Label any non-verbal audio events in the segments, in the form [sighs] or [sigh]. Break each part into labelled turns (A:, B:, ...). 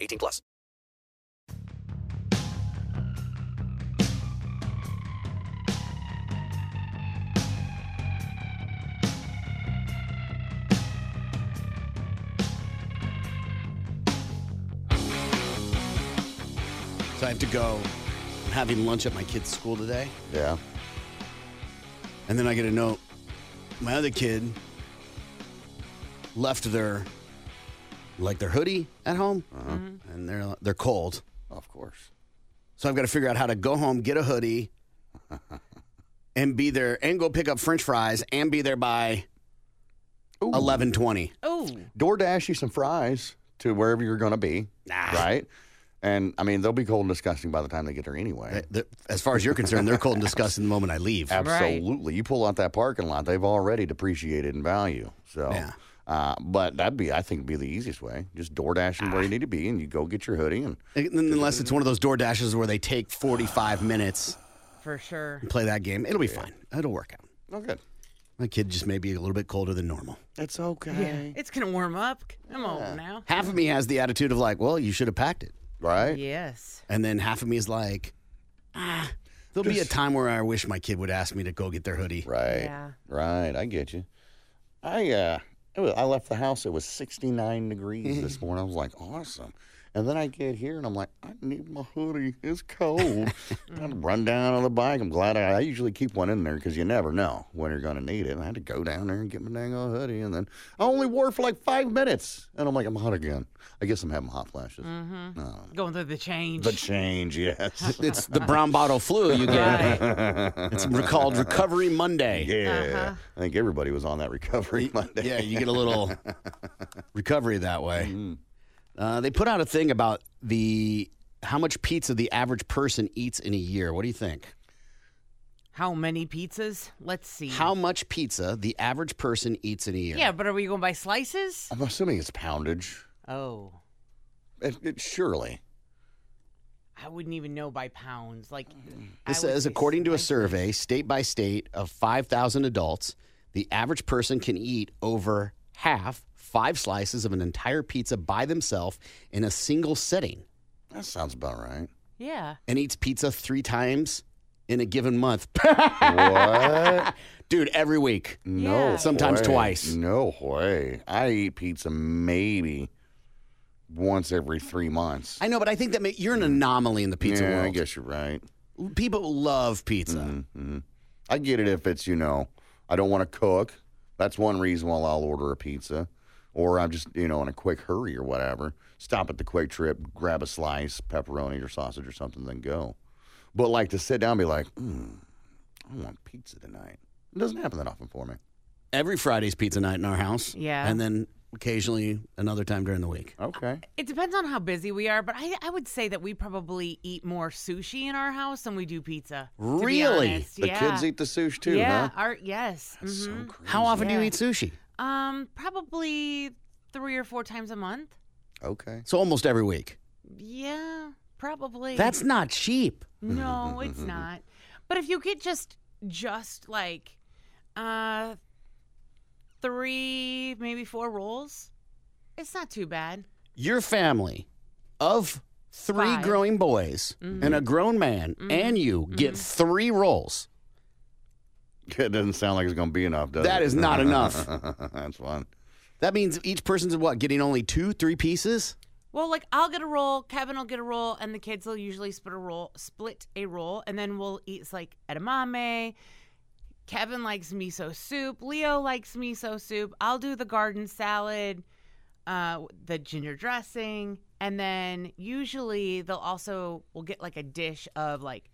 A: 18 plus.
B: So I have to go. I'm having lunch at my kid's school today.
C: Yeah.
B: And then I get a note. My other kid left their like their hoodie at home. And they're they're cold.
C: Of course.
B: So I've got to figure out how to go home, get a hoodie, and be there and go pick up French fries and be there by
C: Ooh.
B: eleven twenty.
D: Oh,
C: DoorDash you some fries to wherever you're going to be.
B: Nah.
C: Right? And I mean, they'll be cold and disgusting by the time they get there anyway.
B: Uh, As far as you're concerned, they're cold and disgusting the moment I leave.
C: Absolutely. You pull out that parking lot, they've already depreciated in value. So,
B: Yeah.
C: uh, but that'd be, I think, would be the easiest way. Just door dashing
B: Ah.
C: where you need to be, and you go get your hoodie. And
B: Unless it's one of those door dashes where they take forty five minutes
D: for sure.
B: and play that game. It'll be fine. It'll work out.
C: oh, good.
B: My kid just may be a little bit colder than normal.
C: It's okay.
D: It's gonna warm up. Come on now.
B: Half of me has the attitude of like, well, you should have packed it.
C: Right?
D: Yes.
B: And then half of me is like, ah, there'll be a time where I wish my kid would ask me to go get their hoodie.
C: Right.
D: Yeah.
C: Right. I get you. I uh, it was, I left the house. It was 69 degrees this morning. I was like, awesome. And then I get here and I'm like, I need my hoodie. It's cold. I had to run down on the bike. I'm glad I, I usually keep one in there because you never know when you're going to need it. And I had to go down there and get my dang old hoodie. And then I only wore it for like five minutes. And I'm like, I'm hot again. I guess I'm having hot flashes.
D: Going through the change.
C: The
B: [laughs]
C: change, yes.
B: [laughs]
C: [laughs]
B: It's the brown bottle flu you get.
D: Right.
B: [laughs] it's called Recovery Monday.
C: Yeah. I think everybody was on that recovery [laughs] Monday.
B: Yeah, you get a [laughs] little recovery that way. Uh, they put out a thing about the how much pizza the average person eats in a year. What do you think?
D: How many pizzas? Let's see.
B: How much pizza the average person eats in a year?
D: Yeah, but are we going by slices?
C: I'm assuming it's poundage.
D: Oh,
C: It, it surely.
D: I wouldn't even know by pounds. Like I
B: It
D: would
B: says,
D: say
B: according to a
D: slices.
B: survey, state by state, of 5,000 adults, the average person can eat over half, five slices of an entire pizza by themselves in a single sitting
C: That sounds about right.
D: Yeah.
B: and eats pizza three times in a given month. [laughs]
C: [laughs] what?
B: Dude, every week.
C: No.
D: Yeah.
B: Sometimes
C: way.
B: twice.
C: No way. I eat pizza maybe once every three months.
B: I know, but I think that ma- you're an anomaly in the pizza
C: yeah, I
B: world.
C: guess you're right.
B: People love pizza.
C: Mm-hmm. I get it if it's, you know, I don't want to cook. That's one reason why I'll order a pizza. Or I'm just, you know, in a quick hurry or whatever. Stop at the quick trip, grab a slice, pepperoni or sausage or something, then go. But like to sit down and be like, mm, I want pizza tonight. It doesn't happen that often for me.
B: Every Friday's pizza night in our house.
D: Yeah.
B: And then occasionally another time during the week.
C: Okay.
D: It depends on how busy we are, but I, I would say that we probably eat more sushi in our house than we do pizza. to be
B: Really?
D: honest.
C: The
D: yeah.
C: kids eat the sushi too,
D: yeah,
C: huh?
D: Our, yes.
C: So
D: mhm.
C: crazy.
B: Mm-hmm. How often do you
D: Yeah.
B: eat sushi?
D: Um, probably three or four times a month.
C: Okay.
B: So almost every week.
D: Yeah, probably.
B: That's not cheap.
D: no, it's not. But if you get just just like uh three, maybe four rolls, it's not too bad.
B: Your family of three
D: Five. Mm-hmm.
B: growing boys and a grown man and you get three rolls.
C: It doesn't sound like it's going to be enough, does
B: That
C: it?
B: is not enough.
C: [laughs] That's fun.
B: That means each person's what, getting only two, three pieces?
D: Well, like I'll get a roll, Kevin will get a roll, and the kids will usually split a roll, split a roll, and then we'll eat like edamame. Kevin likes miso soup. Leo likes miso soup. I'll do the garden salad, uh, the ginger dressing, and then usually they'll also we'll get like a dish of like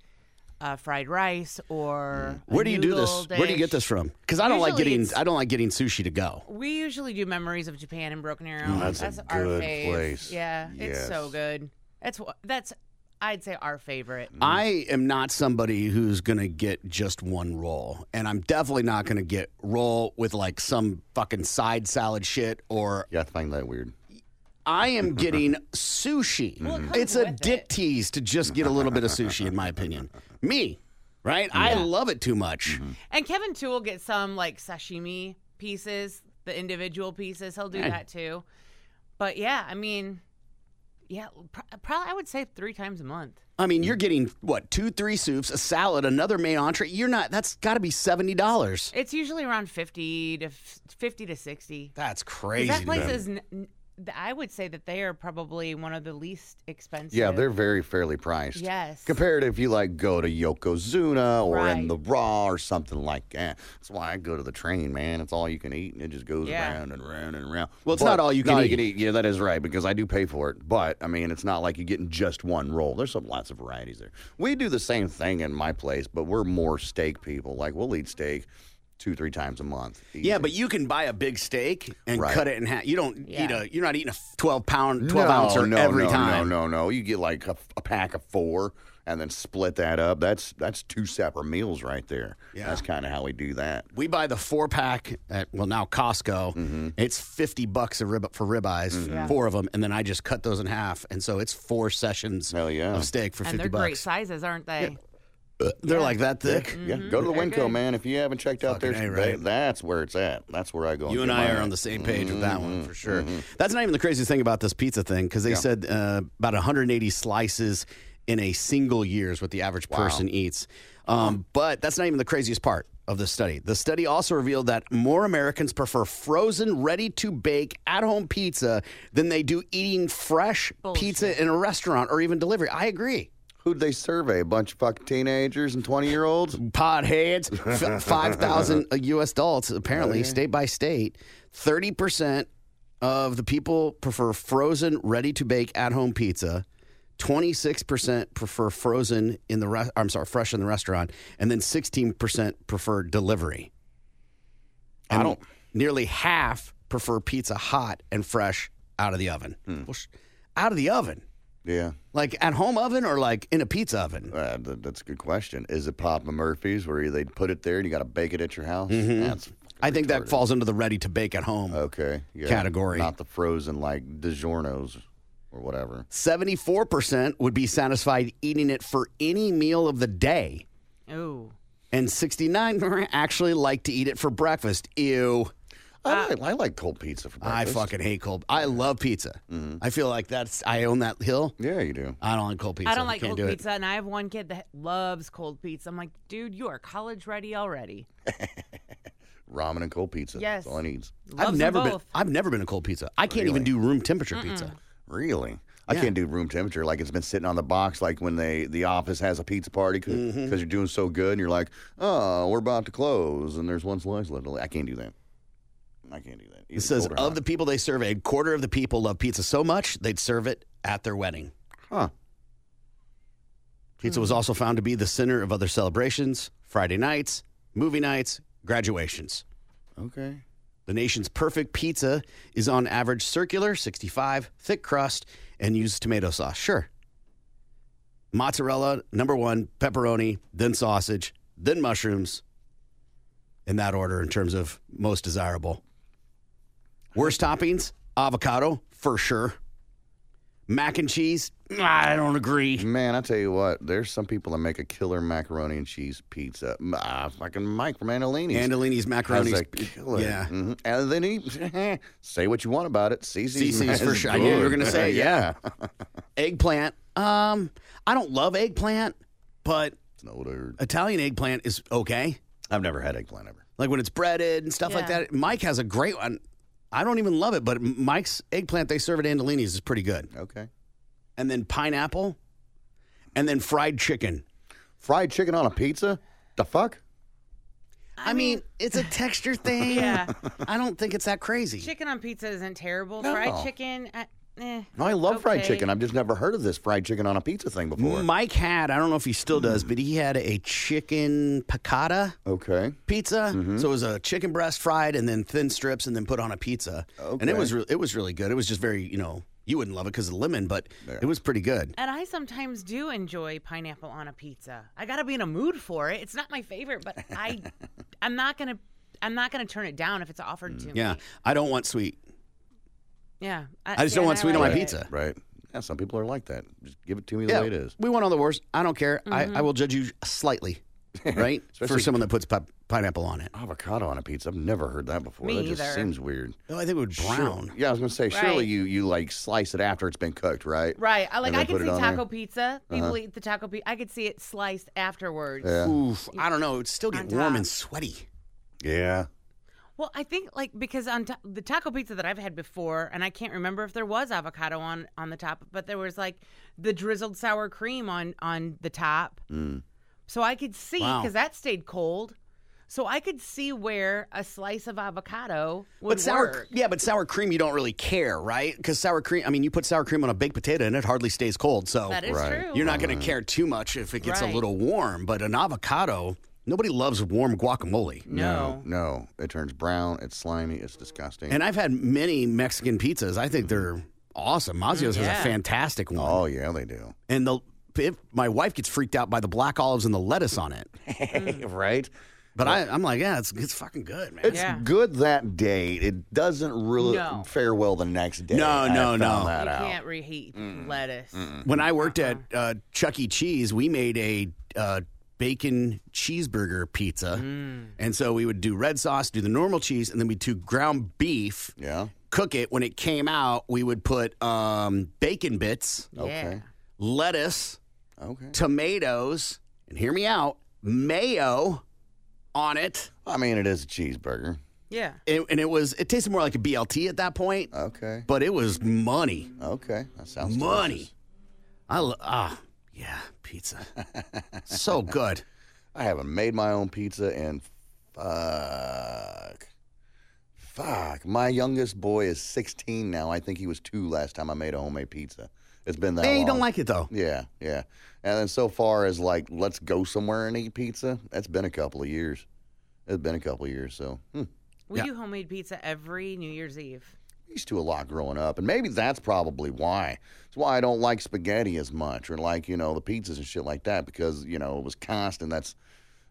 D: uh, fried rice or a
B: Mm. Where do you do
D: noodle
B: this? Where do you get
D: dish.
B: this from? Because I don't like
D: Usually
B: getting
D: it's- Mm-hmm.
B: I don't like getting sushi to go.
D: We usually do memories of Japan and Broken Arrow.
C: Mm, that's a
D: our
C: good
D: fave.
C: place.
D: Yeah, it's so
C: Yes.
D: good. That's wh- that's I'd say our favorite.
B: I am not somebody who's going to get just one roll, and I'm definitely not going to get roll with like some fucking side salad shit. Or
C: Yeah, I find that weird.
B: I
C: [laughs]
B: am getting sushi.
D: it comes
B: it's a
D: with
B: dick
D: it.
B: tease to just get a little bit of sushi, in my opinion. Me, right? I love it too much.
C: Mm-hmm.
D: And Kevin too will get some like sashimi pieces, the individual pieces. He'll do
B: Hey.
D: that too. But yeah, I mean, yeah, pr- probably I would say three times a month.
B: I mean, you're getting what two, three soups, a salad, another main entree. You're not. That's got to be seventy dollars.
D: It's usually around fifty to f- fifty to sixty.
B: That's crazy.
D: that
B: to
D: place
B: me.
D: is. N- n- th- I would say that they are probably one of the least expensive.
C: Yeah, they're very fairly priced.
D: Yes.
C: Compared to if you like go to Yokozuna or in
D: Right.
C: the Raw or something like that. That's why I go to the train, man. It's all you can eat and it just goes
D: Yeah.
C: around and around and around.
B: Well, it's not all you can
C: not
B: eat.
C: Yeah, that is right because I do pay for it. But I mean, it's not like you're getting just one roll. There's some lots of varieties there. We do the same thing in my place, but we're more steak people. Like we'll eat steak two, three times a month.
B: Yeah,
C: Easy.
B: but you can buy a big steak and
C: Right.
B: cut it in half. You don't eat
D: Yeah.
B: a. You're not eating a twelve pound, twelve ouncer
C: no,
B: every
C: no,
B: time.
C: No, no, no. You get like a, a pack of four and then split that up. That's that's two separate meals right there.
B: Yeah.
C: That's kind of how we do that.
B: We buy the four pack at well now Costco.
C: Mm-hmm.
B: It's fifty bucks a rib for ribeyes, four of them, and then I just cut those in half, and so it's four sessions
C: Hell yeah.
B: of steak for
D: and
B: fifty
D: they're great
B: bucks.
D: sizes, aren't they?
B: They're like that thick.
C: Yeah, go to the Winco, man. If you haven't checked out their,
B: Mm-hmm. Fucking A, right?
C: they- that's where it's at. That's where I go.
B: You and
C: get
B: I
C: mine.
B: are on the same page with that one for sure. That's not even the craziest thing about this pizza thing because they said uh, about 180 slices in a single year is what the average person eats. Um, but that's not even the craziest part of the study. The study also revealed that more Americans prefer frozen, ready to bake, at home pizza than they do eating fresh pizza in a restaurant or even delivery. I agree.
C: Who'd they survey? A bunch of fucking teenagers and twenty year olds.
B: Podheads, f-
C: [laughs]
B: 5,000 U.S. adults, apparently, state by state. 30% of the people prefer frozen, ready to bake at home pizza. 26% prefer frozen in the re- I'm sorry, fresh in the restaurant. And then 16% prefer delivery. And
C: I don't.
B: Nearly half prefer pizza hot and fresh out of the oven.
C: Hmm.
B: Well, sh- out of the oven.
C: Yeah,
B: Like at home oven or like in a pizza oven?
C: uh, th- that's a good question. Is it Papa Murphy's where they put it there and you got to bake it at your house? That's
B: Mm-hmm. I think that falls under the ready to bake at home.
C: okay. Yeah.
B: Category.
C: Not the frozen like DiGiorno's or whatever.
B: 74% would be satisfied eating it for any meal of the day.
D: Ooh.
B: And 69 [laughs] actually like to eat it for breakfast. Ew.
C: I, like, I like cold pizza for
B: Uh, I
C: breakfast.
B: fucking hate cold. I love pizza. I feel like that's I own that hill.
C: Yeah, you do.
B: I don't like cold pizza.
D: I don't like
B: Can't
D: cold
B: do it.
D: pizza, and I have one kid that loves cold pizza. I'm like, dude, you are college ready already.
C: Ramen and cold pizza.
D: Yes.
C: That's all it needs.
D: Loves
B: I've
D: them
B: never been
D: both.
B: I've never been a cold pizza. I can't even do room temperature pizza.
C: Really? I can't do room temperature. Like it's been sitting on the box. Like when they the office has a pizza party because
B: Mm-hmm.
C: you're doing so good, and you're like, oh, we're about to close, and there's one slice left. I can't do that. I can't do that.
B: It says of the people they surveyed, quarter of the people love pizza so much they'd serve it at their wedding.
C: huh?
B: Pizza was
D: Mm.
B: also found to be the center of other celebrations, Friday nights, movie nights, graduations.
C: Okay.
B: The nation's perfect pizza is on average circular, 65, thick crust, and used tomato sauce. Sure. Mozzarella, number one, pepperoni, then sausage, then mushrooms, in that order in terms of most desirable. Worst toppings, avocado, for sure. Mac and cheese, I don't agree.
C: Man, I tell you what, there's some people that make a killer macaroni and cheese pizza. M- Ah, fucking Mike from Andolini's.
B: Andolini's
C: That's
B: macaroni.
C: a killer.
B: Yeah.
C: hmm And then he [laughs] say what you want about it. CC's,
B: CC's for
C: is
B: sure. I knew you were
C: good.
B: gonna say it,
C: [laughs] yeah.
B: Eggplant. Um, I don't love eggplant, but
C: no, dude.
B: Italian eggplant is okay.
C: I've never had eggplant ever.
B: like when it's breaded and stuff like
D: Yeah.
B: that. Mike has a great one. I don't even love it, but Mike's eggplant they serve at Andolini's is pretty good.
C: Okay.
B: And then pineapple, and then fried chicken.
C: Fried chicken on a pizza? The fuck?
B: I, mean, it's a texture thing.
D: Yeah.
B: I don't think it's that crazy.
D: Chicken on pizza isn't terrible.
C: No.
D: Fried chicken, I, eh.
C: No, I love fried
D: Okay.
C: chicken. I've just never heard of this fried chicken on a pizza thing before.
B: Mike had, I don't know if he still does, but he had a chicken piccata
C: okay.
B: pizza. So it was a chicken breast fried and then thin strips and then put on a pizza. And it
C: Okay.
B: was re- it was really good. It was just very, you know, you wouldn't love it because of the lemon, but it was pretty good.
D: And I sometimes do enjoy pineapple on a pizza. I gotta be in a mood for it. It's not my favorite, but
B: [laughs]
D: I, I'm not gonna, I'm not gonna turn it down if it's offered to me.
B: Mm, Yeah. I don't want sweet.
D: yeah.
B: I just don't
D: and
B: want sweet on my
D: like it.
B: pizza.
C: Right. Yeah, some people are like that. Just give it to me the way it is.
B: We want all the worst. I don't care. I, I
D: Mm-hmm.
B: will judge you [laughs] slightly, right? For
C: Especially-
B: someone that puts pi- pineapple on it.
C: Avocado on a pizza. I've never heard that before.
D: Me
C: that just
D: either.
C: seems weird.
B: No, I think it would brown.
C: Yeah, I was gonna say, surely
D: Right.
C: you you like slice it after it's been cooked, right?
D: Right. I like.
C: And
D: I
C: then
D: can
C: put it
D: see
C: on
D: taco
C: there.
D: pizza. People
B: Uh-huh.
D: eat the taco pizza. I could see it sliced afterwards.
C: Yeah.
B: Oof, I don't know. It'd still get
D: On
B: warm
D: top.
B: and sweaty.
C: Yeah.
D: Well, I think like because on ta- the taco pizza that I've had before, and I can't remember if there was avocado on on the top, but there was like the drizzled sour cream on on the top. So I could see
B: Mm. Wow.
D: because that stayed cold. So I could see where a slice of avocado would
B: But sour,
D: work.
B: yeah, but sour cream, you don't really care, right? Because sour cream, I mean, you put sour cream on a baked potato and it hardly stays cold. So
D: That is
C: Right.
D: true.
B: you're not going to care too much if it gets a
D: Right.
B: little warm. But an avocado, nobody loves warm guacamole.
D: no.
C: No. It turns brown, it's slimy, it's disgusting.
B: And I've had many Mexican pizzas. I think they're awesome. Mazio's is a
D: Yeah.
B: fantastic one.
C: oh yeah, they do.
D: [laughs]
B: And the if, my wife gets freaked out by the black olives and the lettuce on it. [laughs]
D: Mm.
C: right?
B: But I, I'm like, yeah, it's, it's fucking good, man.
C: It's
D: Yeah.
C: good that day. It doesn't really
D: No.
C: fare well the next day.
B: No,
C: I
B: no,
C: found
B: no.
C: That
D: You
C: out.
D: can't
B: Mm.
D: reheat lettuce. [laughs]
B: When I worked at uh, Chuck E. Cheese, we made a uh, bacon cheeseburger pizza.
D: Mm-hmm. Mm.
B: And so we would do red sauce, do the normal cheese, and then we'd do ground beef,
C: Yeah.
B: cook it. When it came out, we would put um, bacon bits,
D: Yeah.
B: lettuce,
C: Okay.
B: tomatoes, and hear me out, mayo on it.
C: I mean, it is a cheeseburger.
D: Yeah.
B: It- and it was, it tasted more like a BLT at that point,
C: Okay.
B: but it was money.
C: Okay. That sounds
B: Money.
C: delicious.
B: I lo- ah, yeah, pizza.
C: [laughs]
B: so good.
C: I haven't made my own pizza and fuck. Fuck. My youngest boy is 16 now. I think he was two last time I made a homemade pizza. It's been that
B: They
C: long.
B: don't like it though.
C: Yeah, yeah. And then so far as like, let's go somewhere and eat pizza, that's been a couple of years. It's been a couple of years. So hmm.
D: We
B: Yeah.
D: do homemade pizza every New Year's Eve.
C: I used to a lot growing up. And maybe that's probably why. It's why I don't like spaghetti as much or like, you know, the pizzas and shit like that because, you know, it was constant. That's,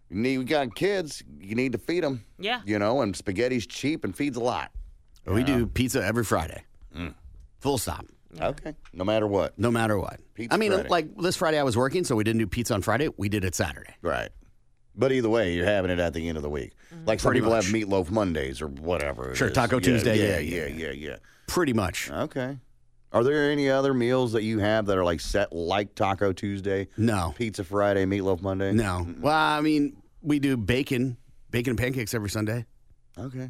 C: you need, we got kids, you need to feed them,
D: Yeah.
C: you know, and spaghetti's cheap and feeds a lot.
B: We do pizza every Friday.
C: Mm.
B: Full stop.
C: Okay. No matter what.
B: No matter what.
C: Pizza
B: I mean,
C: Friday.
B: like this Friday I was working, so we didn't do pizza on Friday. We did it Saturday.
C: Right. But either way, you're having it at the end of the week. Like
B: Mm-hmm.
C: some
B: Pretty
C: people
B: much.
C: have meatloaf Mondays or whatever. it
B: Sure,
C: is.
B: Taco
C: Yeah,
B: Tuesday.
C: Yeah,
B: Yeah,
C: yeah, yeah, yeah,
B: Pretty much.
C: Okay. Are there any other meals that you have that are like set like Taco Tuesday,
B: No.
C: Pizza Friday, Meatloaf Monday?
B: No. Well, I mean, we do bacon, bacon and pancakes every Sunday.
C: Okay.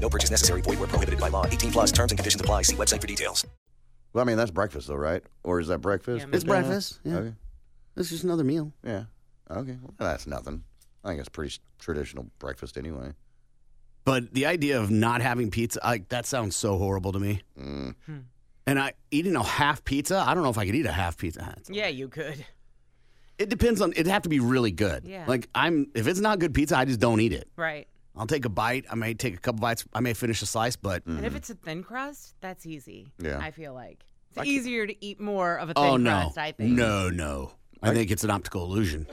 E: No purchase necessary. Void where prohibited by law. 18 plus terms and conditions apply. See website for details.
C: Well, I mean that's breakfast though, right? Or is that breakfast?
D: Yeah, It's
B: midday. breakfast, yeah.
C: Okay.
B: It's just another meal.
C: Yeah. Okay. Well, that's nothing. I think it's pretty s- traditional breakfast anyway.
B: But the idea of not having pizza, like that sounds so horrible to me.
C: Mm.
B: And I eating a half pizza, I don't know if I could eat a half pizza. It's-
D: Yeah, you could.
B: It depends on. It'd have to be really good.
D: Yeah.
B: Like I'm, if it's not good pizza, I just don't eat it.
D: Right.
B: I'll take a bite. I may take a couple bites. I may finish a slice, but
D: And if it's a thin crust, that's easy.
C: Mm. Yeah.
D: I feel like it's easier to eat more of a thin
B: oh no,
D: crust. I think.
B: no, no. I, think it's an optical
D: [laughs]
B: illusion.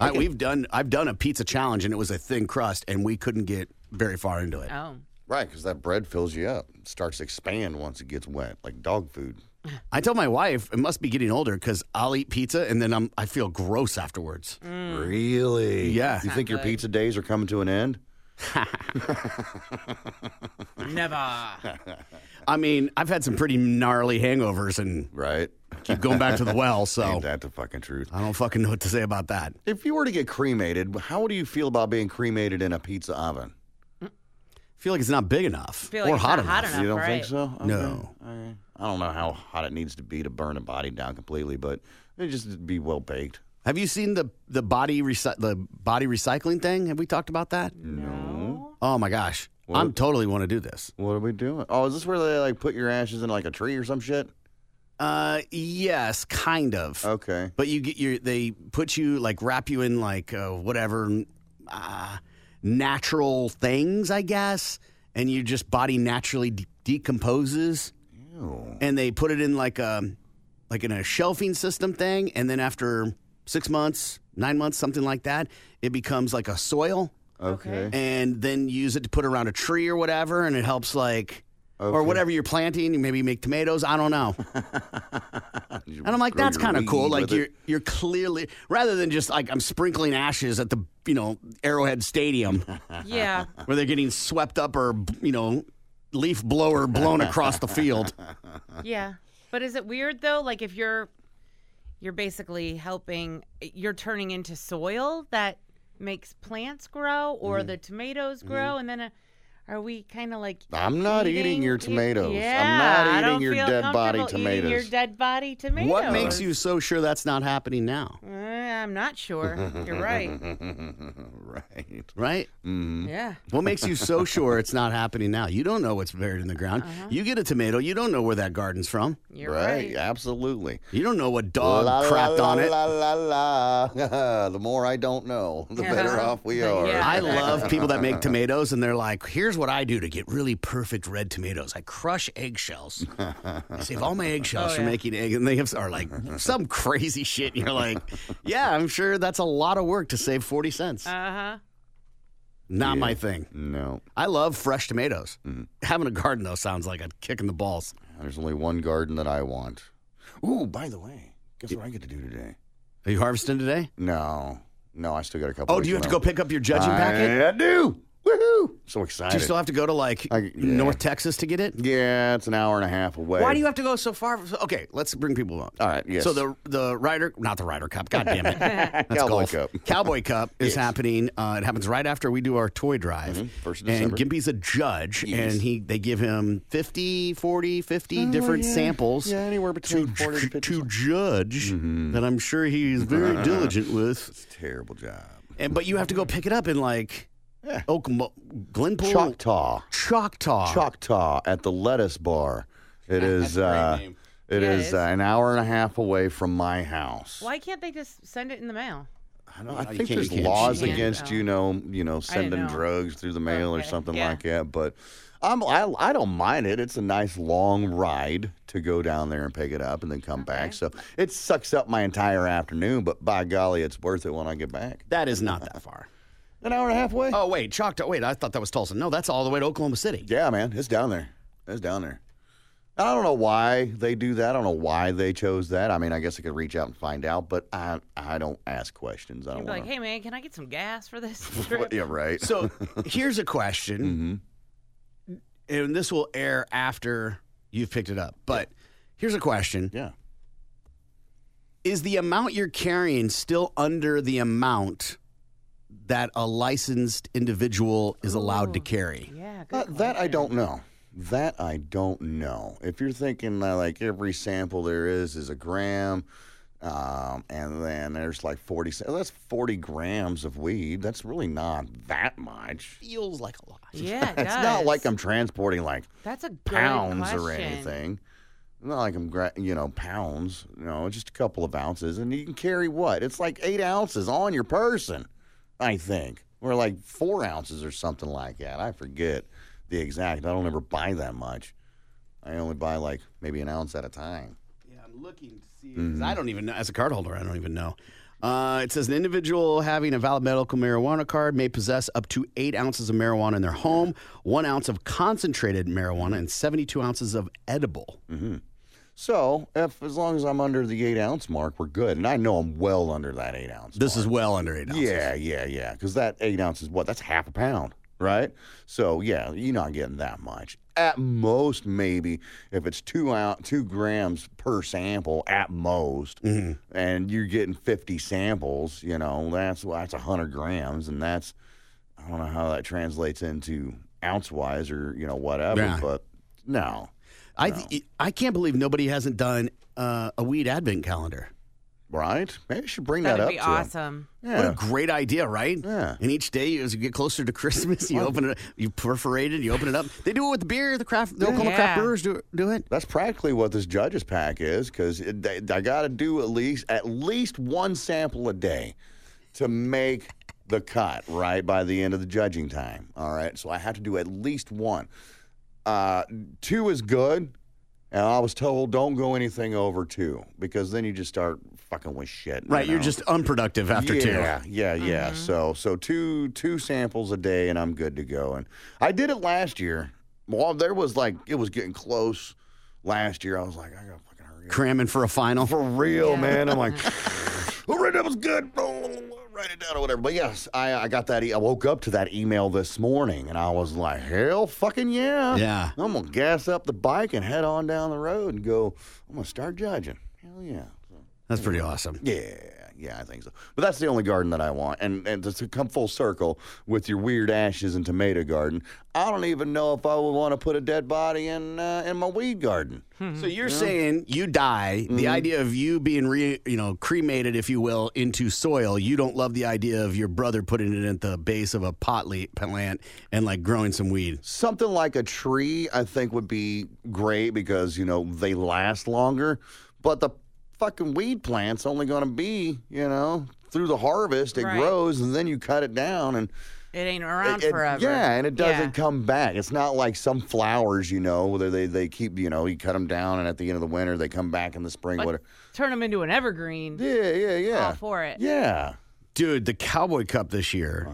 B: I, we've done. I've done a pizza challenge, and it was a thin crust, and we couldn't get very far into it.
C: [laughs]
D: Oh,
C: Right, because that bread fills you up, It starts to expand once it gets wet, like dog food.
B: I told my wife it must be getting older because I'll eat pizza, and then I'm I feel gross afterwards.
D: Mm.
C: Really?
B: Yeah.
C: You think your
D: good.
C: pizza days are coming to an end?
D: never.
B: I mean, I've had some pretty gnarly hangovers, and
C: Right.
B: keep going back to the
C: [laughs]
B: well.
C: Ain't
B: So
C: that the fucking truth?
B: I don't fucking know what to say about that.
C: If you were to get cremated, how do you feel about being cremated in a pizza oven?
B: feel like it's not big enough
D: Feel like
B: or
D: it's
B: hot
D: not hot
B: enough.
D: enough.
C: you don't think
D: right.
C: so? Okay,
B: No.
C: all right. I don't know how hot it needs to be to burn a body down completely, but it just be well baked.
B: Have you seen the the body recy- the body recycling thing? Have we talked about that?
D: No.
B: Oh my gosh,
C: What?
B: I'm totally want to do this.
C: What are we doing? Oh, is this where they like put your ashes in like a tree or some shit?
B: Uh, yes, kind of.
C: Okay.
B: But you get your they put you like wrap you in like uh, whatever uh, natural things, I guess, and your just body naturally de- decomposes.
C: Ew.
B: and they put it in like a like in a shelving system thing and then after six months nine months something like that it becomes like a soil
C: Okay.
B: and then use it to put around a tree or whatever and it helps like or
C: Okay. [laughs]
B: whatever you're planting you maybe make tomatoes i don't know and i'm like that's kind of cool like you're you're clearly rather than just like i'm sprinkling ashes at the you know arrowhead
C: [laughs]
B: stadium
D: Yeah.
B: where they're getting swept up or you know leaf blower blown across the field
D: Yeah. But is it weird though? Like if you're you're basically helping you're turning into soil that makes plants grow
C: Mm-hmm.
D: or the tomatoes grow and then uh are we kind of like
C: I'm not eating your
D: eat-
C: tomatoes. I'm
D: Yeah,
C: not
D: I
C: eating
D: don't
C: your
D: feel
C: dead body
D: comfortable eating Your
C: tomatoes.
D: dead body tomatoes.
B: what makes you so sure that's not happening now
D: Uh, I'm not sure.
C: [laughs]
D: You're right.
C: right. Mm-hmm.
B: right?
D: yeah.
B: What makes you
C: [laughs]
B: so sure it's not happening now? You don't know what's buried in the ground. You get a tomato, you don't know where that garden's from.
D: You're
C: right.
D: right.
C: Absolutely.
B: You don't know what dog
C: La, la,
B: crapped
C: la,
B: on it.
C: La, la, la. [laughs] the more I don't know, [laughs] the better off we are.
D: Yeah.
B: I love people that make tomatoes and they're like, here's what I do to get really perfect red tomatoes. I crush eggshells. I save all my eggshells
D: Oh,
B: for
D: yeah.
B: making eggs. And they have, are like some crazy shit. And you're like, yeah, I'm sure that's a lot of work to save 40 cents.
D: Uh-huh.
B: not my thing.
C: [laughs] No,
B: I love fresh tomatoes. Having a garden, though, sounds like a kick in the balls.
C: there's only one garden that I want. Ooh, by the way, guess what I get to do today?
B: Are you harvesting today?
C: No, no, I still got a couple.
B: Oh, do you have
C: weeks
B: to go
C: left.
B: pick up your judging
C: I,
B: packet?
C: I do. Woohoo! So excited.
B: Do you still have to go to like
C: I- yeah.
B: North Texas to get it?
C: yeah, it's an hour and a half away.
B: Why do you have to go so far? Okay, let's bring people up.
C: All right, yes.
B: So the the Ryder, not the Ryder Cup. God damn
C: [laughs]
B: it. That's
C: Cowboy
B: golf.
C: Cup.
B: Cowboy Cup is happening. Uh, it happens right after we do our toy drive.
C: Mm-hmm. First of
B: and
C: December.
B: Gimpy's a judge,
C: Yes. Oh,
B: and he they give him 50, 40, 50 different samples
C: Yeah, anywhere between
B: to,
C: 40 to 50
B: to judge
C: Mm-hmm.
B: that I'm sure he's
C: [laughs]
B: very diligent with.
C: It's a terrible job.
B: And but you have to go pick it up in like
C: Yeah.
B: Oak Glenpool
C: Choctaw.
B: Choctaw.
C: Choctaw at the Lettuce Bar. [laughs] It is. Uh, it
D: Yeah, it
C: is
D: is.
C: uh, an hour and a half away from my house.
D: Why can't they just send it in the mail?
C: I, don't, I
B: you can't-
C: think there's
B: you can't
C: laws
D: cheat.
C: against
D: Yeah.
C: you know you know sending
D: know.
C: drugs through the mail or
D: Okay,
C: something
D: yeah.
C: like that. But I'm I, I don't mind it. It's a nice long ride to go down there and pick it up and then come back. So it sucks up my entire afternoon. But by golly, it's worth it when I get back.
B: That is not that far.
C: An hour and a half away.
B: Oh wait, Choctaw. Wait, I thought that was Tulsa. No, that's all the way to Oklahoma City.
C: Yeah, man, it's down there. It's down there. I don't know why they do that. I don't know why they chose that. I mean, I guess I could reach out and find out, but I I don't ask questions. I
D: You'd
C: don't
D: be like,
C: want
D: hey man, can I get some gas for this
C: to.
D: trip?
C: yeah, [laughs]
B: [laughs]
C: right. [laughs]
B: So here's a question,
C: Mhm.
B: and this will air after you've picked it up. But here's a question:
C: yeah.
B: Is the amount you're carrying still under the amount that a licensed individual is allowed to carry?
D: Yeah, good
C: Uh, that I
D: question.
C: don't know. That I don't know. If you're thinking uh, like every sample there is is a gram, um, and then there's like 40, sa- that's 40 grams of weed. That's really not that much.
B: Feels like a lot.
D: Yeah,
C: [laughs]
D: it
C: It's not like
D: does.
C: I'm transporting like
D: That's a good
C: pounds or
D: question.
C: anything. Not like I'm, gra- you know, pounds. You know, just a couple of ounces, and you can carry what? It's like eight ounces on your person, I think, or like four ounces or something like that. I forget the exact. I don't ever buy that much. I only buy like maybe an ounce at a time.
B: Yeah, I'm looking to see. 'cause I don't even know. As a card holder, I don't even know. Uh, it says an individual having a valid medical marijuana card may possess up to eight ounces of marijuana in their home, one ounce of concentrated marijuana, and 72 ounces of edible.
C: So, if as long as I'm under the eight ounce mark, we're good. And I know I'm well under that eight ounce.
B: This
C: mark.
B: is well under eight ounces.
C: Yeah, yeah, yeah. Because that eight ounce is what? That's half a pound, right? So, yeah, you're not getting that much. at most maybe if it's two out two grams per sample at most,
B: Mm-hmm.
C: and you're getting fifty samples. You know that's that's hundred grams, and that's I don't know how that translates into ounce wise or you know whatever,
B: Yeah.
C: but no,
B: I th- I can't believe nobody hasn't done uh, a weed advent calendar.
C: right? Maybe you should bring
D: That
C: that up.
D: would be
C: to 'em.
D: awesome.
C: Yeah.
B: What a great idea, right?
C: Yeah.
B: And each day, as you get closer to [laughs] Christmas, you open it, you perforate it, you open it up. They do it with beer. The craft, the Oklahoma craft
D: Yeah.
B: brewers do do it.
C: That's practically what this judges pack is, because I got to do at least at least one sample a day to make the cut right by the end of the judging time. All right, so I have to do at least one. Uh, two is good, and I was told don't go anything over two because then you just start fucking with shit. you
B: Right, you're
C: know?
B: just unproductive after
C: yeah,
B: two.
C: Yeah, yeah, So so two two samples a day and I'm good to go. And I did it last year. Well, there was like it was getting close last year. I was like, I gotta fucking hurry up.
B: Cramming for a final.
C: [laughs] For real, man. [laughs] I'm like, all right, that was good. Write it down or whatever. But yes, I, I got that. E- I woke up to that email this morning and I was like, hell fucking yeah.
B: Yeah.
C: I'm going to gas up the bike and head on down the road and go, I'm going to start judging. Hell yeah.
B: That's pretty awesome.
C: Yeah, yeah, I think so. But that's the only garden that I want. And and to come full circle with your weird ashes and tomato garden, I don't even know if I would want to put a dead body in uh, in my weed garden.
B: So you're saying you die. The idea of you being re, you know, cremated, if you will, into soil. You don't love the idea of your brother putting it at the base of a pot le- plant and like growing some weed.
C: Something like a tree, I think, would be great because you know they last longer. But the fucking weed plant's only going to be, you know, through the harvest, it
D: Right.
C: grows, and then you cut it down and.
D: It ain't around
C: it-
D: forever.
C: Yeah, and it doesn't
D: Yeah.
C: come back. It's not like some flowers, you know, where they they keep, you know, you cut them down, and at the end of the winter they come back in the spring. Whatever.
D: Turn them into an evergreen.
C: Yeah, yeah, yeah.
D: All for it.
C: Yeah. Uh-huh.
B: Dude, the Cowboy Cup this year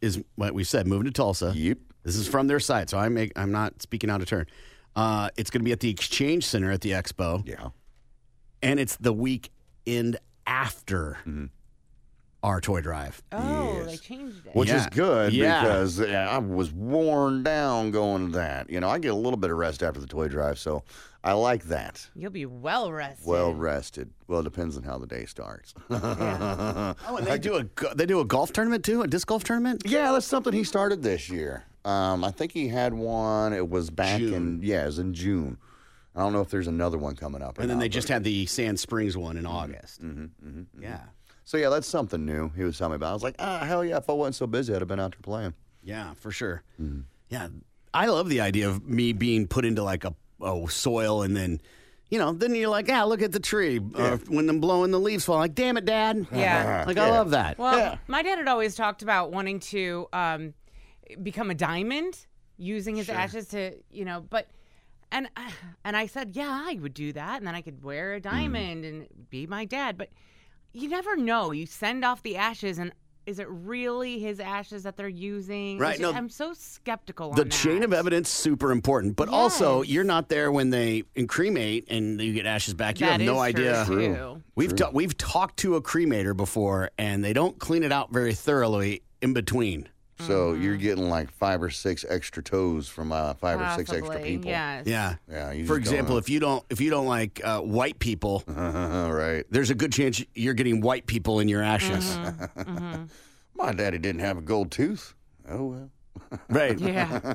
B: is what we said moving to Tulsa.
C: Yep.
B: This is from their site, so I make I'm not speaking out of turn. Uh, it's going to be at the Exchange Center at the Expo,
C: Yeah.
B: and it's the weekend after
C: Mm-hmm.
B: our toy drive.
D: Oh, they changed it.
C: Which is
B: Yeah.
C: good
B: Yeah.
C: because uh, I was worn down going to that. You know, I get a little bit of rest after the toy drive, so I like that.
D: You'll be well rested.
C: Well rested. Well, it depends on how the day starts. [laughs]
D: [laughs]
C: yeah.
B: Oh, and they do a go- they do a golf tournament too, a disc golf tournament.
C: that's something he started this year. Um, I think he had one. It was back in yeah, it was in June. I don't know if there's another one coming up. Or
B: And then
C: not,
B: they
C: but- Mm-hmm.
B: just had the Sand Springs one in August. Yeah,
C: So yeah, that's something new. He was telling me about. I was like, ah, hell yeah! If I wasn't so busy, I'd have been out there playing.
B: yeah, for sure.
C: Mm-hmm.
B: Yeah, I love the idea of me being put into like a, a soil and then, you know, then you're like, ah, look at the tree. Uh, when them blowing the leaves fall, like, damn it, Dad.
D: [laughs] Yeah.
B: [laughs] like I
C: Ah, Yeah.
B: love that.
D: Well, my dad had always talked about wanting to um, become a diamond, using his ashes to, you know, but. And [sighs] and I said, yeah, I would do that, and then I could wear
B: Mm.
D: a diamond and be my dad. But you never know. You send off the ashes, and is it really his ashes that they're using? It's
B: Right,
D: just-
B: no,
D: I'm so skeptical.
B: the
D: on
B: chain
D: that.
B: of evidence super important, but also
D: Yes.
B: you're not there when they cremate and you get ashes back. You
D: That
B: have no
D: is true,
B: idea.
D: True. too.
B: We've ta- we've talked to a cremator before, and they don't clean it out very thoroughly in between.
C: So
D: Mm-hmm.
C: you're getting like five or six extra toes from uh, five or six extra
D: Possibly,
C: people.
D: Yes.
B: Yeah.
C: Yeah. You
B: For example, if you don't if you don't like uh, white people,
C: all [laughs] right.
B: there's a good chance you're getting white people in your ashes.
D: Mm-hmm.
C: My daddy didn't have a gold tooth. Oh well.
B: [laughs] Right. [laughs]
D: [laughs] Yeah.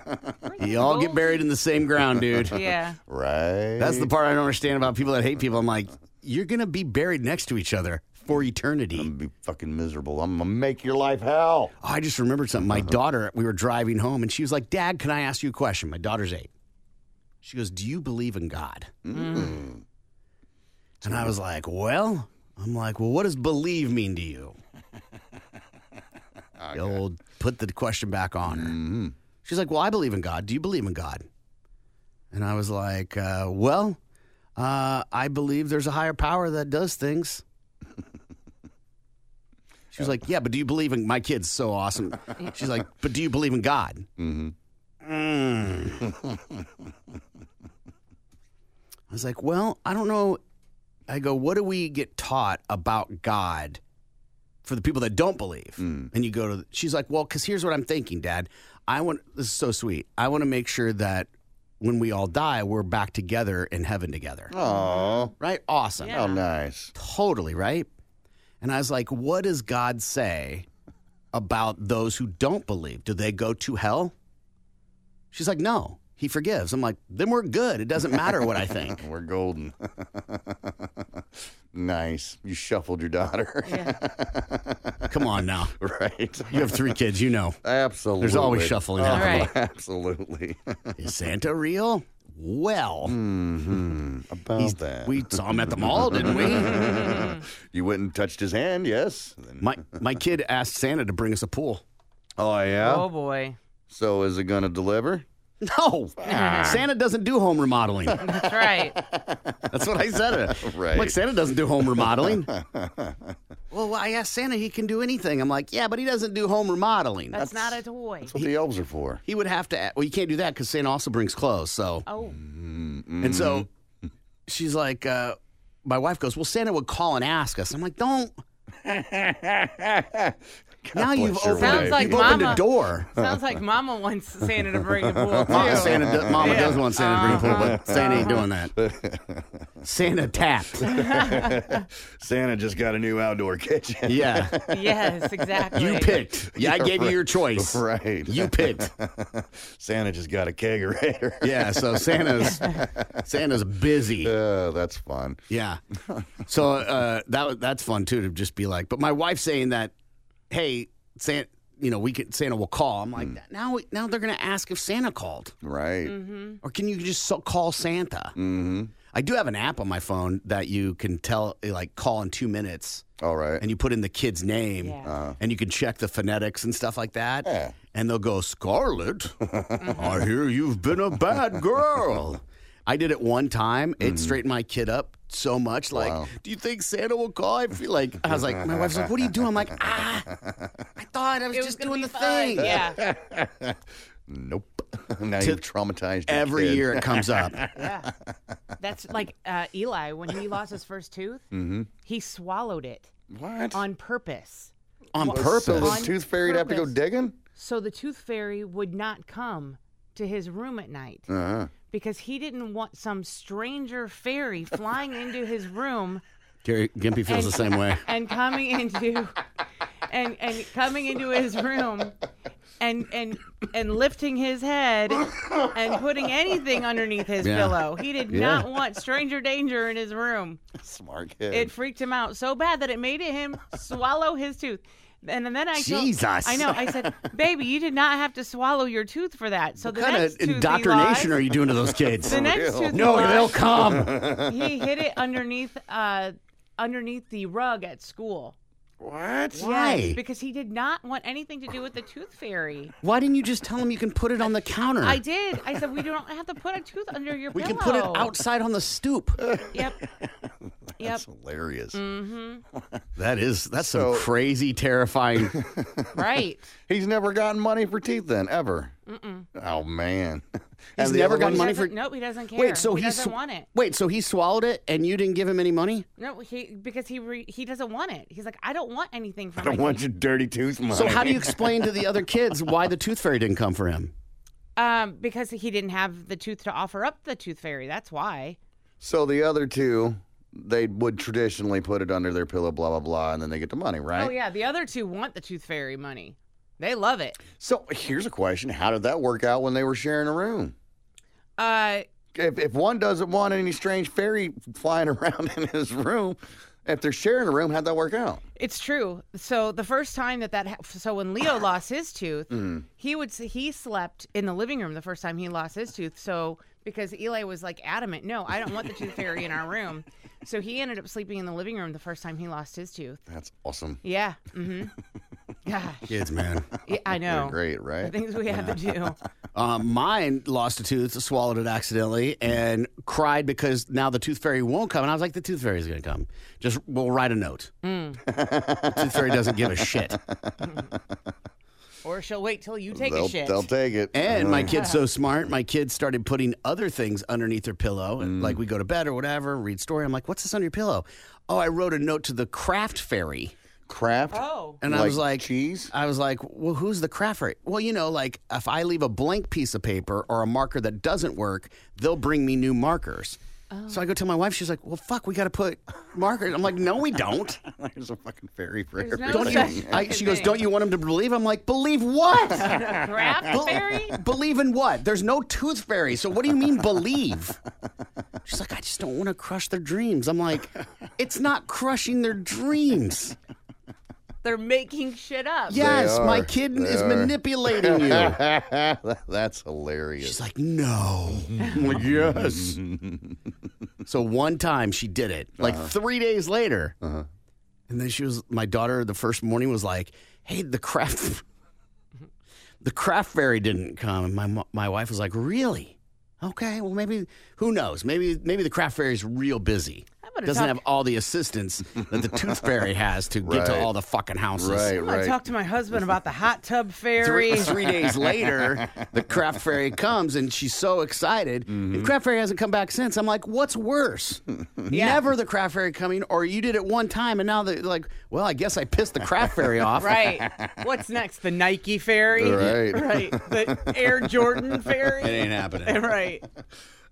B: You all get buried in the same
D: [laughs]
B: ground, dude.
D: yeah.
B: [laughs]
C: Right.
B: That's the part I don't understand about people that hate people. I'm like, you're gonna be buried next to each other for eternity.
C: I'm gonna be fucking miserable. I'm gonna make your life hell.
B: Oh, I just remembered something. My daughter, we were driving home, and she was like, Dad, can I ask you a question? My daughter's eight. She goes, Do you believe in God? And I was like, Well, I'm like, Well, what does believe mean to you? You'll put the question back on her.
C: Mm-hmm.
B: She's like, Well, I believe in God. Do you believe in God? And I was like, uh, Well, uh, I believe there's a higher power that does things. She was like, "Yeah, but do you believe in my kids? So awesome." She's like, "But do you believe in God?" Mm-hmm. I was like, "Well, I don't know." I go, "What do we get taught about God for the people that don't believe?"
C: Mm-hmm.
B: And you go to, she's like, "Well, because here's what I'm thinking, Dad. I want this is so sweet. I want to make sure that when we all die, we're back together in heaven together.
C: Oh,
B: Right? Awesome.
D: Yeah.
C: oh, nice.
B: Totally, right? And I was like, what does God say about those who don't believe? Do they go to hell? She's like, no, he forgives. I'm like, then we're good. It doesn't matter what I
C: [laughs]
B: think.
C: We're golden. nice. You shuffled your daughter.
B: Come on now.
C: [laughs] right.
B: You have three kids, you know.
C: Absolutely.
B: There's always shuffling
C: Oh,
B: happening. [laughs]
D: Right.
C: Absolutely.
B: Is Santa real? Well,
C: hmm About
B: he's-
C: that. [laughs]
B: we saw him at the mall, didn't
D: [laughs]
B: we?
D: Mm-hmm. Mm.
C: you went and touched his hand, yes. Then-
B: My my kid asked Santa to bring us a pool.
C: oh, yeah.
D: Oh boy.
C: So is it going to deliver?
B: No, [laughs] Santa doesn't do home remodeling.
D: That's right.
B: That's what I
D: [laughs]
B: said.
C: Right.
B: Like Santa doesn't do home remodeling. well, I asked Santa he can do anything. I'm like, yeah, but he doesn't do home remodeling.
D: That's not a toy.
C: That's what the elves
B: [laughs]
C: are
D: [laughs]
C: for. [laughs]
B: He would have to. Well, you can't do that because Santa also brings clothes. So [laughs]
D: Oh.
B: and so, she's like, uh, my wife goes, well, Santa would call and ask us. I'm like, don't. now you've
C: your
B: opened,
D: wife. Sounds like
B: you've opened a
D: Mama.
B: door.
D: Sounds like Mama wants Santa to
B: [laughs]
D: bring a pool too.
B: Mama, Santa do- Mama
D: Yeah.
B: does want Santa to bring a pool, but
D: Uh-huh.
B: Santa ain't doing that. Santa
D: [laughs]
B: tapped.
C: Santa just got a new outdoor kitchen.
B: Yeah.
D: Yes, exactly. [laughs]
B: You picked. Yeah, I gave you your choice.
C: [laughs] Right.
B: You picked.
C: [laughs] Santa just got a kegerator. [laughs]
B: Yeah, so Santa's Santa's busy.
C: Uh, that's fun.
B: Yeah. So uh, that was- that's fun too to just be like, but my wife's saying that, hey, Santa, you know, we can Santa will call. I'm like, now we- now they're gonna ask if Santa called,
C: Right.
D: Mm-hmm.
B: or can you just so- call Santa?
C: Mm-hmm.
B: I do have an app on my phone that you can tell like call in two minutes,
C: All right. Uh,
B: and you put in the kid's name,
D: Yeah.
B: and you can check the phonetics and stuff like that.
C: Yeah.
B: And they'll go, Scarlet, I hear you've been a bad girl. I did it one time. It straightened my kid up so much. Like, do you think Santa will call? I feel like I was like, my wife's like, what are you doing? I'm like, ah, I thought I was
D: It was
B: just
D: gonna
B: doing
D: be
B: the
D: fun.
B: thing.
D: Yeah.
C: Nope. [laughs] now you've traumatized your
B: Every
C: kid.
B: year it comes up.
D: [laughs] Yeah. That's like uh, Eli when he lost his first tooth.
B: Mm-hmm.
D: He swallowed it
C: What?
D: on purpose,
B: on
C: So
B: purpose.
C: the tooth fairy'd have to go
D: purpose.
C: digging?
D: so the tooth fairy would not come to his room at night
B: Uh.
C: Uh-huh.
D: because he didn't want some stranger fairy flying into his room
B: Gary Gimpy feels the same way.
D: and coming into and and coming into his room and and and lifting his head and putting anything underneath his
B: Yeah.
D: pillow. He did not want stranger danger in his room.
C: Smart kid.
D: It freaked him out so bad that it made him swallow his tooth. And then I told-
B: Jesus.
D: I know. I said, "Baby, you did not have to swallow your tooth for that." So [laughs] the
B: What kind
D: next
B: of
D: tooth he
B: indoctrination
D: lost-
B: are you doing to those kids?
D: the next tooth he
B: no,
D: lost-
B: they'll come.
D: he hid it underneath uh underneath the rug at school.
C: what?
B: Why?
D: Yes, because he did not want anything to do with the tooth fairy.
B: Why didn't you just tell them you can put it on the counter?
D: I did. I said we don't have to put a tooth under your
B: we
D: pillow.
B: can put it outside on the stoop.
D: Yep. Yep.
C: That's hilarious.
B: Mm. That is that's
C: So-
B: some crazy, terrifying. [laughs]
D: Right.
C: He's never gotten money for teeth then, ever. Mm-mm. Oh, man. [laughs]
B: He's
C: the
B: never
C: other
B: got
C: ones-
B: money
D: Doesn't-
B: for-
D: Nope, he doesn't care.
B: Wait, so
D: he
B: he
D: doesn't
B: sw-
D: want it.
B: Wait, so he swallowed it and you didn't give him any money?
D: No, he because he re, he doesn't want it. He's like, I don't want anything
C: [laughs]
D: from
C: I don't want your dirty tooth money.
B: So how do you explain to the other kids why the tooth fairy didn't come for him?
D: um because he didn't have the tooth to offer up the tooth fairy. That's why.
C: So the other two, they would traditionally put it under their pillow, blah, blah, blah, and then they get the money, right?
D: Oh yeah, the other two want the tooth fairy money. They love it.
C: So here's a question How did that work out when they were sharing a room?
D: Uh
C: If, if one doesn't want any strange fairy flying [laughs] around in his room, if they're sharing a room, how'd that work out?
D: It's true. So the first time that that ha- so
C: [clears throat]
D: when Leo lost his tooth,
C: Mm-hmm.
D: he would s- he slept in the living room the first time he lost his tooth. So because Eli was like adamant, no, I don't want the tooth fairy in our
C: [laughs]
D: room. So he ended up sleeping in the living room the first time he lost his tooth.
C: That's awesome.
D: Yeah.
C: [laughs]
D: hmm Yeah.
B: Kids, man.
D: yeah. I know.
C: They're great,
D: The
C: right?
D: things we had to do.
C: [laughs]
B: Uh, mine lost a tooth, swallowed it accidentally, and cried because now the tooth fairy won't come. And I was like, the tooth fairy's going to come. Just we'll write a note. the tooth fairy doesn't give a shit.
D: Or she'll wait till you take
C: they'll,
D: a shit. Uh-huh.
C: they'll take it.
B: And
C: Uh,
B: my kid's so smart. My kids started putting other things underneath their pillow, and like we go to bed or whatever, read story. I'm like, what's this under your pillow? Oh, I wrote a note to the craft fairy.
C: Kraft.
D: Oh.
B: And I was like,
C: cheese.
B: I was like, well, who's the craft rate? Well, you know, like if I leave a blank piece of paper or a marker that doesn't work, they'll bring me new markers. So I go tell my wife, she's like, well, fuck, we got to put markers. I'm like, no, we don't.
C: [laughs] There's a fucking fairy for [laughs]
D: There's no
C: everything.
B: Don't you?
D: That's
B: I,
D: the
B: she goes,
D: thing.
B: don't you want them to believe? I'm like, believe what?
D: [laughs] Craft
C: [laughs]
D: fairy?
B: believe in what? There's no tooth fairy. So what do you mean believe? She's like, I just don't want to crush their dreams. I'm like, it's not crushing their dreams.
D: They're making shit up.
B: Yes, my
C: are.
B: kid
C: They
B: is
C: are.
B: manipulating
C: [laughs]
B: you.
C: That- That's hilarious.
B: She's like, no. [laughs] I'm like, yes.
C: Mm-hmm.
B: so one time she did it, like
C: Uh-huh.
B: three days later. And then she was, my daughter the first morning was like, hey, the craft, [laughs] the craft fairy didn't come. And my, mo- my wife was like, really? Okay, well maybe who knows? Maybe maybe the craft fairy's real busy.
D: I'm gonna
B: Doesn't
D: talk-
B: have all the assistance that the tooth fairy has to get to
C: [laughs] Right.
B: all the fucking houses.
C: right,
D: I'm going to
C: right.
D: talk to my husband about the hot tub
B: Three,
D: fairy.
B: three days
D: [laughs]
B: later, the craft fairy comes and she's so excited.
D: Mm-hmm.
B: And craft fairy hasn't come back since. I'm like, what's
D: [laughs]
B: worse? Never the craft fairy coming, or you did it one time and now they're like, well, I guess I pissed the craft
D: [laughs]
B: fairy [laughs] off.
D: right. What's next? The Nike fairy?
C: Right.
D: [laughs] Right. The Air Jordan fairy? It [laughs] ain't
B: happening.
D: Right.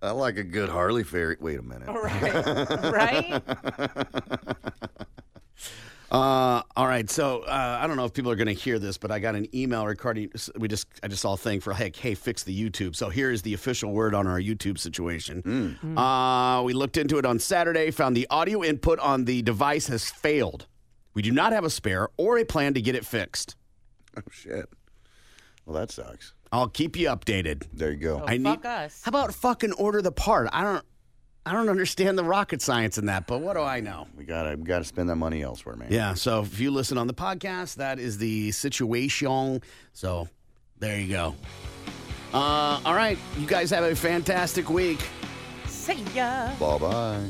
C: I like a good Harley fairy. Wait a minute.
D: Right. Right?
B: Uh, all right. So uh, I don't know if people are going to hear this, but I got an email regarding we just I just saw a thing for like, hey, fix the YouTube. So here is the official word on our YouTube situation. Uh, we looked into it on Saturday, found the audio input on the device has failed. We do not have a spare or a plan to get it fixed.
C: Oh shit. Well, that sucks.
B: I'll keep you updated.
C: There you go.
D: Oh,
B: I
D: fuck
B: need-
D: us.
B: How about fucking order the part? I don't. I don't understand the rocket science in that, but what do I know?
C: We gotta we gotta spend that money elsewhere, man.
B: Yeah. So if you listen on the podcast, that is the situation. So there you go. Uh, all right. You guys have a fantastic week.
D: See ya.
C: Bye bye.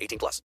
A: 18 plus.